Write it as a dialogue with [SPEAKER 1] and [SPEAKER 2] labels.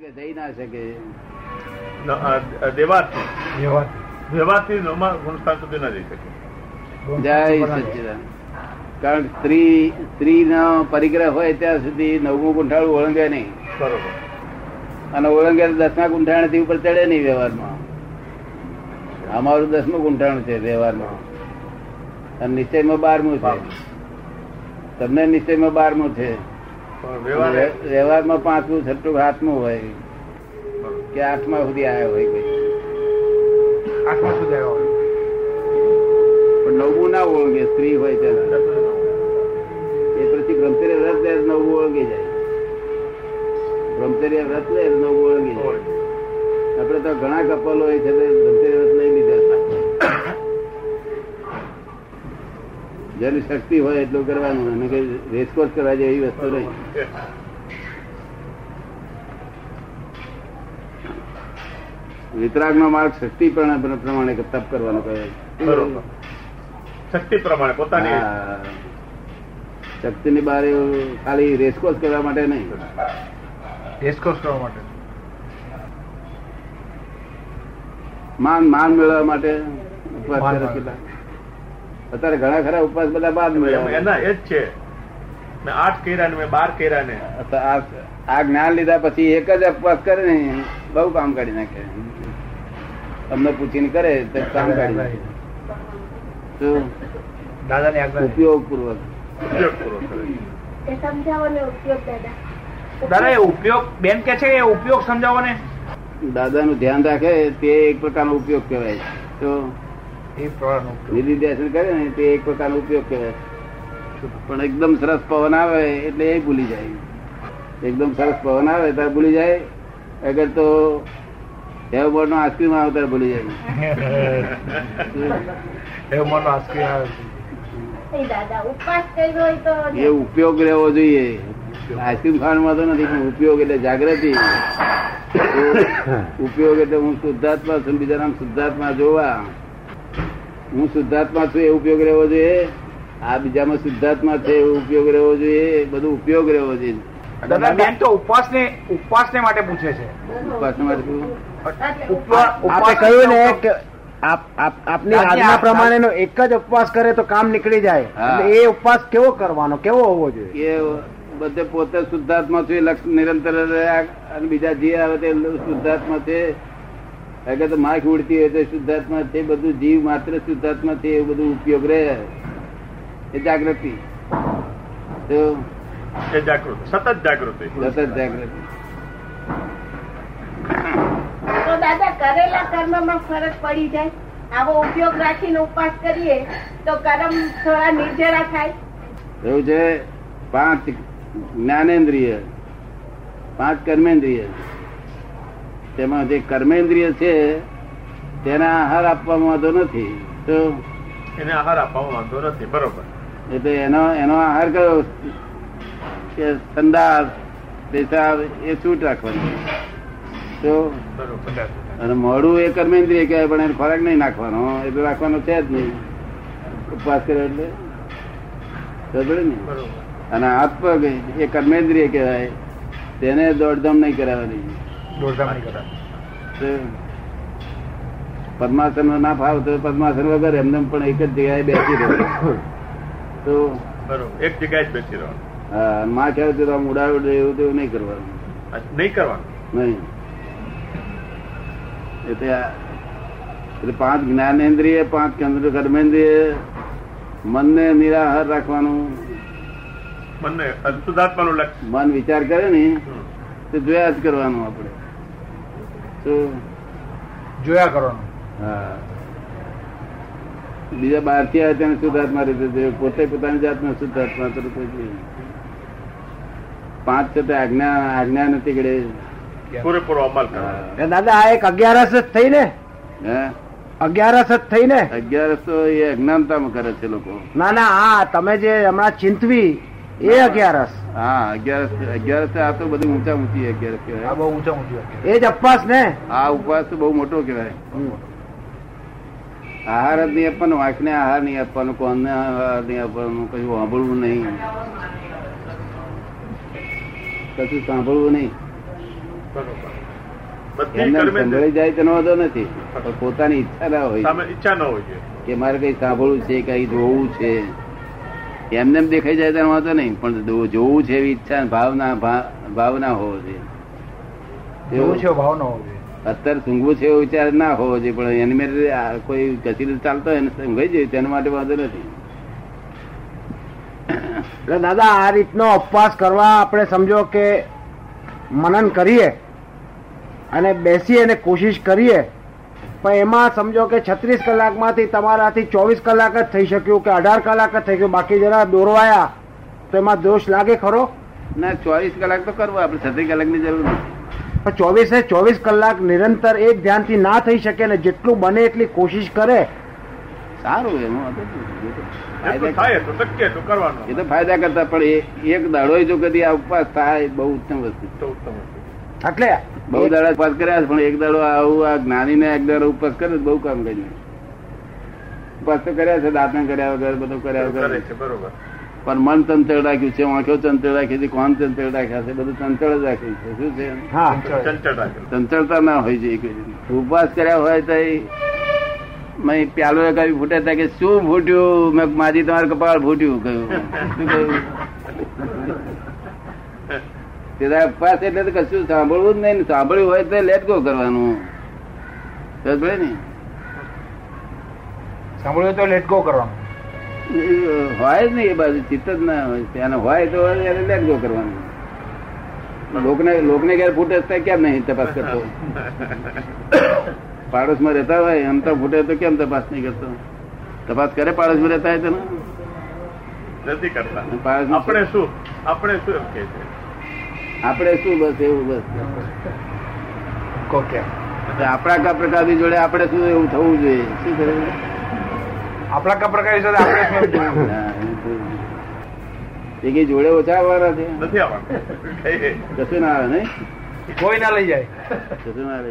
[SPEAKER 1] કે જઈ ના શકે
[SPEAKER 2] ન- અ- દેવાથી
[SPEAKER 3] વ્યવહાર
[SPEAKER 2] દેવાથી નવમા ગુણસ્થાન સુધી ના જઈ શકે
[SPEAKER 1] જય સચિદાન કારણ કે સ્ત્રી સ્ત્રીનો પરિગ્રહ હોય ત્યાં સુધી નવમું ગુંઠાળું ઓળંગે નહીં
[SPEAKER 2] બરોબર
[SPEAKER 1] અને ઓળંગે તો દસમા ગુંઠાણથી ઉપર ચડે નહીં વ્યવહારમાં અમારું દસમું ગુંઠાણ છે વ્યવહારમાં અને નિશ્ચયમાં બારમું છે
[SPEAKER 2] બારમું.
[SPEAKER 1] તમને નિશ્ચયમાં બારમું છે
[SPEAKER 2] પણ વ્યવહારે
[SPEAKER 1] વ્ય- વ્યવહારમાં પાંચમું છઠ્ઠું આઠમું હોય કે આઠમા સુધી આવ્યા હોય કોઈ
[SPEAKER 3] આઠમા સુધી આવ્યો હોય.
[SPEAKER 1] પણ નવમું ના ઓળંગે સ્ત્રી હોય ત્યાં એ પછી બ્રહ્મચર્ય વ્રત લે નવું ઓળંગી જાય બ્રહ્મચર્ય વ્રત લે નવું ઓળંગી જાય આપણે તો ઘણા કપલો હોય છે તે બ્રહ્મચર્ય વ્રત લઈ લીધા છે. જેની શક્તિ હોય એટલું કરવાનું અને કઈ રેસકોર્સ કરવા જેવી વસ્તુ નહીં વિતરાગનો માર્ગ શક્તિ પણ પ્ર- પ્રમાણે તપ કરવાનું કહે છે.
[SPEAKER 2] બરોબર શક્તિ પ્રમાણે પોતાની
[SPEAKER 1] હા. શક્તિની બહાર એવું ખાલી રેસકોર્સ કરવા માટે નહીં
[SPEAKER 3] Discuss કરવા માટે
[SPEAKER 1] માન માન મેળવવા માટે ઉપવાસ
[SPEAKER 3] માન
[SPEAKER 1] કરે
[SPEAKER 3] મેળવવા.
[SPEAKER 1] કેટલા? અત્યારે ઘણા ખરા ઉપવાસ બધા બાદ
[SPEAKER 2] એના એ જ છે મેં આઠ કર્યા ને મેં બાર કર્યા ને
[SPEAKER 1] આ આ જ્ઞાન લીધા પછી એક જ ઉપવાસ કરે ને બહુ કામ કાઢી નાખે તમને પૂછીને કરે તો કામ કાઢી નાખે શું?
[SPEAKER 3] દાદાની આજ્ઞા છે.
[SPEAKER 1] ઉપયોગપૂર્વક
[SPEAKER 2] ઉપયોગ પૂરો કરે છે.
[SPEAKER 4] એ સમજાવો ને ઉપયોગ દાદા
[SPEAKER 5] દાદા એ ઉપયોગ બેન કે છે એ ઉપયોગ સમજાવો ને
[SPEAKER 1] દાદાનું ધ્યાન રાખે તે એક પ્રકારનો ઉપયોગ કહેવાય છે. તો
[SPEAKER 3] એ પ્રકારનો ઉપયોગ.
[SPEAKER 1] નિધિધ્યાસન કરે ને તે એક પ્રકારનો ઉપયોગ કહેવાય છે. પણ એકદમ સરસ પવન આવે એટલે એ ભૂલી જાય એકદમ સરસ પવન આવે ત્યારે ભૂલી જાય અગર તો હેવબોર્ડ નો આઈસ્ક્રીમ આવે ત્યારે ભૂલી જાય
[SPEAKER 3] એ મનનો આશ્રય આવે છે.
[SPEAKER 4] એ દાદા ઉપવાસ કર્યો હોય તો
[SPEAKER 1] એ ઉપયોગ લેવો જોઈએ આઈસ્ક્રીમ ખાવાનું વાંધો નથી પણ ઉપયોગ એટલે જાગૃતિ ઉપયોગ એટલે હું શુદ્ધાત્મા છું બીજા નામ શુદ્ધાત્મા જોવા હું શુદ્ધાત્મા છું એ ઉપયોગ રહેવો જોઈએ આ બીજામાં શુદ્ધાત્મા છે એવો ઉપયોગ રહેવો જોઈએ એ બધું ઉપયોગ રહેવો જોઈએ
[SPEAKER 5] દાદા બેન તો ઉપવાસ ને ઉપવાસ ને માટે પૂછે છે
[SPEAKER 1] ઉપાસના માટે શું?
[SPEAKER 5] ઉપવા-
[SPEAKER 6] આપે
[SPEAKER 5] ઉપવાસ
[SPEAKER 6] કહ્યું ને કે આપ આપ આપની
[SPEAKER 5] દાદી,
[SPEAKER 6] આજ્ઞા
[SPEAKER 5] આપ-
[SPEAKER 6] પ્રમાણેનો એક જ ઉપવાસ કરે તો કામ નીકળી જાય
[SPEAKER 1] હા.
[SPEAKER 6] એટલે એ ઉપવાસ કેવો કરવાનો કેવો હોવો જોઈએ
[SPEAKER 1] એ બધે પોતે શુદ્ધાત્મા છે એ લક્ષ નિરંતર રહ્યા અને બીજા જે આવે તે શુદ્ધાત્મા છે અગર તો માખ ઉડતી હોય તો શુદ્ધાત્મા છે બધું જીવ માત્ર શુદ્ધાત્મા છે એવું બધું ઉપયોગ રહે એ જાગૃતિ તો
[SPEAKER 2] એ જાગૃતિ સતત જાગૃતિ
[SPEAKER 1] સતત જાગૃતિ
[SPEAKER 4] તો દાદા કરેલા કર્મમાં ફરક પડી જાય આવો ઉપયોગ રાખીને ઉપવાસ કરીએ તો કર્મ થોડા નિર્જરા થાય
[SPEAKER 1] એવું છે પાંચ જ્ઞાનેન્દ્રિય પાંચ કર્મેન્દ્રિય તેમાં જે કર્મેન્દ્રિય છે તેના આહાર આપવામાં વાંધો નથી તો
[SPEAKER 2] એને આહાર આપવામાં વાંધો નથી બરોબર
[SPEAKER 1] એટલે એનો એનો આહાર કયો કે સંદાસ પેશાબ એ છૂટ રાખવાની તો
[SPEAKER 2] બરોબર
[SPEAKER 1] અને મોડું એ કર્મેન્દ્રિય કહેવાય પણ એને ખોરાક નહીં નાખવાનો એટલે રાખવાનો છે જ નહીં ઉપવાસ કર્યો એટલે ખબર ને
[SPEAKER 2] બરોબર
[SPEAKER 1] અને આત્મગ એ કર્મેન્દ્રિય કહેવાય તેને દોડધામ નહીં કરાવવાની
[SPEAKER 3] દોડધામ નહીં કરતા.
[SPEAKER 1] તો પદ્માસન ના ફાવ તો પદ્માસન વગર એમને પણ એક જ જગ્યાએ બેસી રહે તો
[SPEAKER 2] બરોબર એક જગ્યાએ જ બેસી રહેવાનું
[SPEAKER 1] હા, માં કહેવાય તો આમ ઉડાડ એવું તેવું નહીં કરવાનું
[SPEAKER 2] આ નહીં કરવાનું
[SPEAKER 1] નહીં એટલે આ- એટલે પાંચ જ્ઞાનેન્દ્રિય પાંચ કેન્દ્ર કર્મેન્દ્રિય મનને નિરાહાર રાખવાનું
[SPEAKER 2] બંને શુદ્ધાત્માનું લક્ષ
[SPEAKER 1] મન વિચાર કરે ને
[SPEAKER 2] હમ.
[SPEAKER 1] તે જોયા જ કરવાનું આપણે તો
[SPEAKER 3] જોયા કરવાનું
[SPEAKER 1] હા બીજા બહારથી આવે તેને શુદ્ધાત્મા રીતે જોયું. પોતે પોતાની જાતને શુદ્ધાત્મા તો કોઈ જ નહીં. પાંચ છે તે આજ્ઞા આજ્ઞા નથી ગળે
[SPEAKER 2] પૂરેપૂરો અમલ કરવાનો
[SPEAKER 1] હા.
[SPEAKER 6] એ દાદા આ એક અગિયારસ જ થઈ ને
[SPEAKER 1] હે?
[SPEAKER 6] અગિયારસ જ થઈ ને
[SPEAKER 1] અગિયારસ તો એ અજ્ઞાનતામાં કરે છે લોકો
[SPEAKER 6] ના ના આ તમે જે હમણાં ચિંતવી એ અગિયારસ
[SPEAKER 1] હા અગિયારસ અગિયારસ આ તો બધું ઊંચા ઊંચી અગિયારસ
[SPEAKER 3] આ
[SPEAKER 1] કહેવાય
[SPEAKER 3] બહુ ઊંચા ઊંચી
[SPEAKER 6] એ જ ઉપવાસ ને
[SPEAKER 1] આ ઉપવાસ તો બહુ મોટો કહેવાય આહાર જ નહીં આપવાનો વાંકને આહાર નહીં આપવાનો કોણને આહાર નહીં આપવાનો કશું સાંભળવું નહીં કશું સાંભળવું નહીં
[SPEAKER 2] બરોબર બધી
[SPEAKER 1] એમને
[SPEAKER 2] કર્મે
[SPEAKER 1] સંભળાઈ જાય તેનો વાંધો નથી પણ પોતાની ઈચ્છા ના હોય
[SPEAKER 2] સામે ઈચ્છા ન હોય જોઈએ
[SPEAKER 1] કે મારે કઈ સાંભળવું છે કઈ જોવું છે એમને એમ દેખાઈ જાય તેનો વાંધો નહીં પણ જો- જોવું છે એવી ઈચ્છા અને ભાવના ભા- ભાવના હોવો જોઈએ
[SPEAKER 3] જેવું છે ભાવ ન હોવો જોઈએ.
[SPEAKER 1] અત્યારે સૂંઘવું છે એવો વિચાર ના હોવો જોઈએ પણ એની મેરે આ કોઈ કચીલ ચાલતો હોય એને સૂંઘાઈ જાય તેના માટે વાંધો નથી
[SPEAKER 6] એટલે દાદા આ રીતનો ઉપવાસ કરવા આપણે સમજો કે મનન કરીએ અને બેસીએ અને કોશિશ કરીએ પણ એમાં સમજો કે છત્રીસ કલાકમાંથી તમારાથી ચોવીસ કલાક જ થઈ શક્યું કે અઢાર કલાક જ થઈ ગયું બાકી જરા દોરવાયા તો એમાં દોષ લાગે ખરો
[SPEAKER 1] ના ચોવીસ કલાક તો કરવું આપણે છત્રીસ કલાકની જરૂર નથી
[SPEAKER 6] પણ ચોવીસે ચોવીસ કલાક નિરંતર એક ધ્યાનથી ના થઈ શકે ને જેટલું બને એટલી કોશિશ કરે
[SPEAKER 1] સારું એમાં વાંધો નથી. એ તો
[SPEAKER 2] જેટલું
[SPEAKER 1] ફાયદા-
[SPEAKER 2] થાય એટલું શક્ય એટલું
[SPEAKER 1] એ
[SPEAKER 2] કરવાનું
[SPEAKER 1] તો ફાયદા કરતા પણ એ- એક દાડો જો કદી આ ઉપવાસ થાય બહુ ઉત્તમ વસ્તુ છે.
[SPEAKER 2] તો ઉત્તમ હતું.
[SPEAKER 6] એટલે
[SPEAKER 1] બહુ દાડા ઉપવાસ કર્યા છે, પણ એક દાડો આવું આ જ્ઞાનીને એક દાડો ઉપવાસ કરે તો બહુ કામ કર્યું ઉપવાસ તો કર્યા છે દાંતણ કર્યા વગર બધું કર્યા
[SPEAKER 2] કરે
[SPEAKER 1] વગર
[SPEAKER 2] છે બરોબર
[SPEAKER 1] પણ મન તંત્ર રાખ્યું છે આંખો તંત્ર રાખી છે કોણ તંત્ર રાખ્યા છે બધું તંત્ર જ રાખ્યું છે શું છે
[SPEAKER 6] હા
[SPEAKER 2] ચંચળ રાખેલું
[SPEAKER 1] તંત્રતા ના હોય છે કોઈ દી. ઉપવાસ કર્યા હોય તો એ મેં પ્યાલો એ કઈ ફૂટે તા કે શું ફૂટ્યું મેં કીધું, માજી તમારું કપાળ ફૂટ્યું કહ્યું શું કહ્યું તે તારે ઉપવાસ એટલે તો કશું સાંભળવું જ નહીં ને સાંભળ્યું હોય તો લેટ ગો કરવાનું સમજ પડી ને
[SPEAKER 3] સાંભળ્યું તો લેટ ગો કરવાનું
[SPEAKER 1] એ હોય જ નહીં એ બાજુ ચિત્ત જ ના હોય ત્યાં હોય તો એને લેટ ગો કરવાનું લોકને લોકને ક્યારે ફૂટે જ થાય કેમ નહીં તપાસ કરતો પાડોશમાં રહેતા હોય એમ તો ફૂટે તો કેમ તપાસ નહીં કરતો તપાસ કરે પાડોશમાં રહેતા હોય તો
[SPEAKER 2] નથી કરતા
[SPEAKER 1] પાડોશમાં
[SPEAKER 2] આપણે શું આપણે શું એમ કે છે
[SPEAKER 1] આપણે શું બસ એવું બસ
[SPEAKER 3] કહો કે
[SPEAKER 1] તો આપણા કા પ્રકારની જોડે આપણે શું એવું થવું જોઈએ શું થવું
[SPEAKER 3] આપણા કા પ્રકાર વિશે તો આપણે શું એમ જોયું?
[SPEAKER 1] હા, એવું થવું જોઈએ. એ કઈ જોડે ઓછા આવવાના છે
[SPEAKER 2] નથી આવવાનું કહીએ.
[SPEAKER 1] કશું ના આવે નહીં
[SPEAKER 3] કોઈ ના લઈ જાય
[SPEAKER 1] કશું ના આવે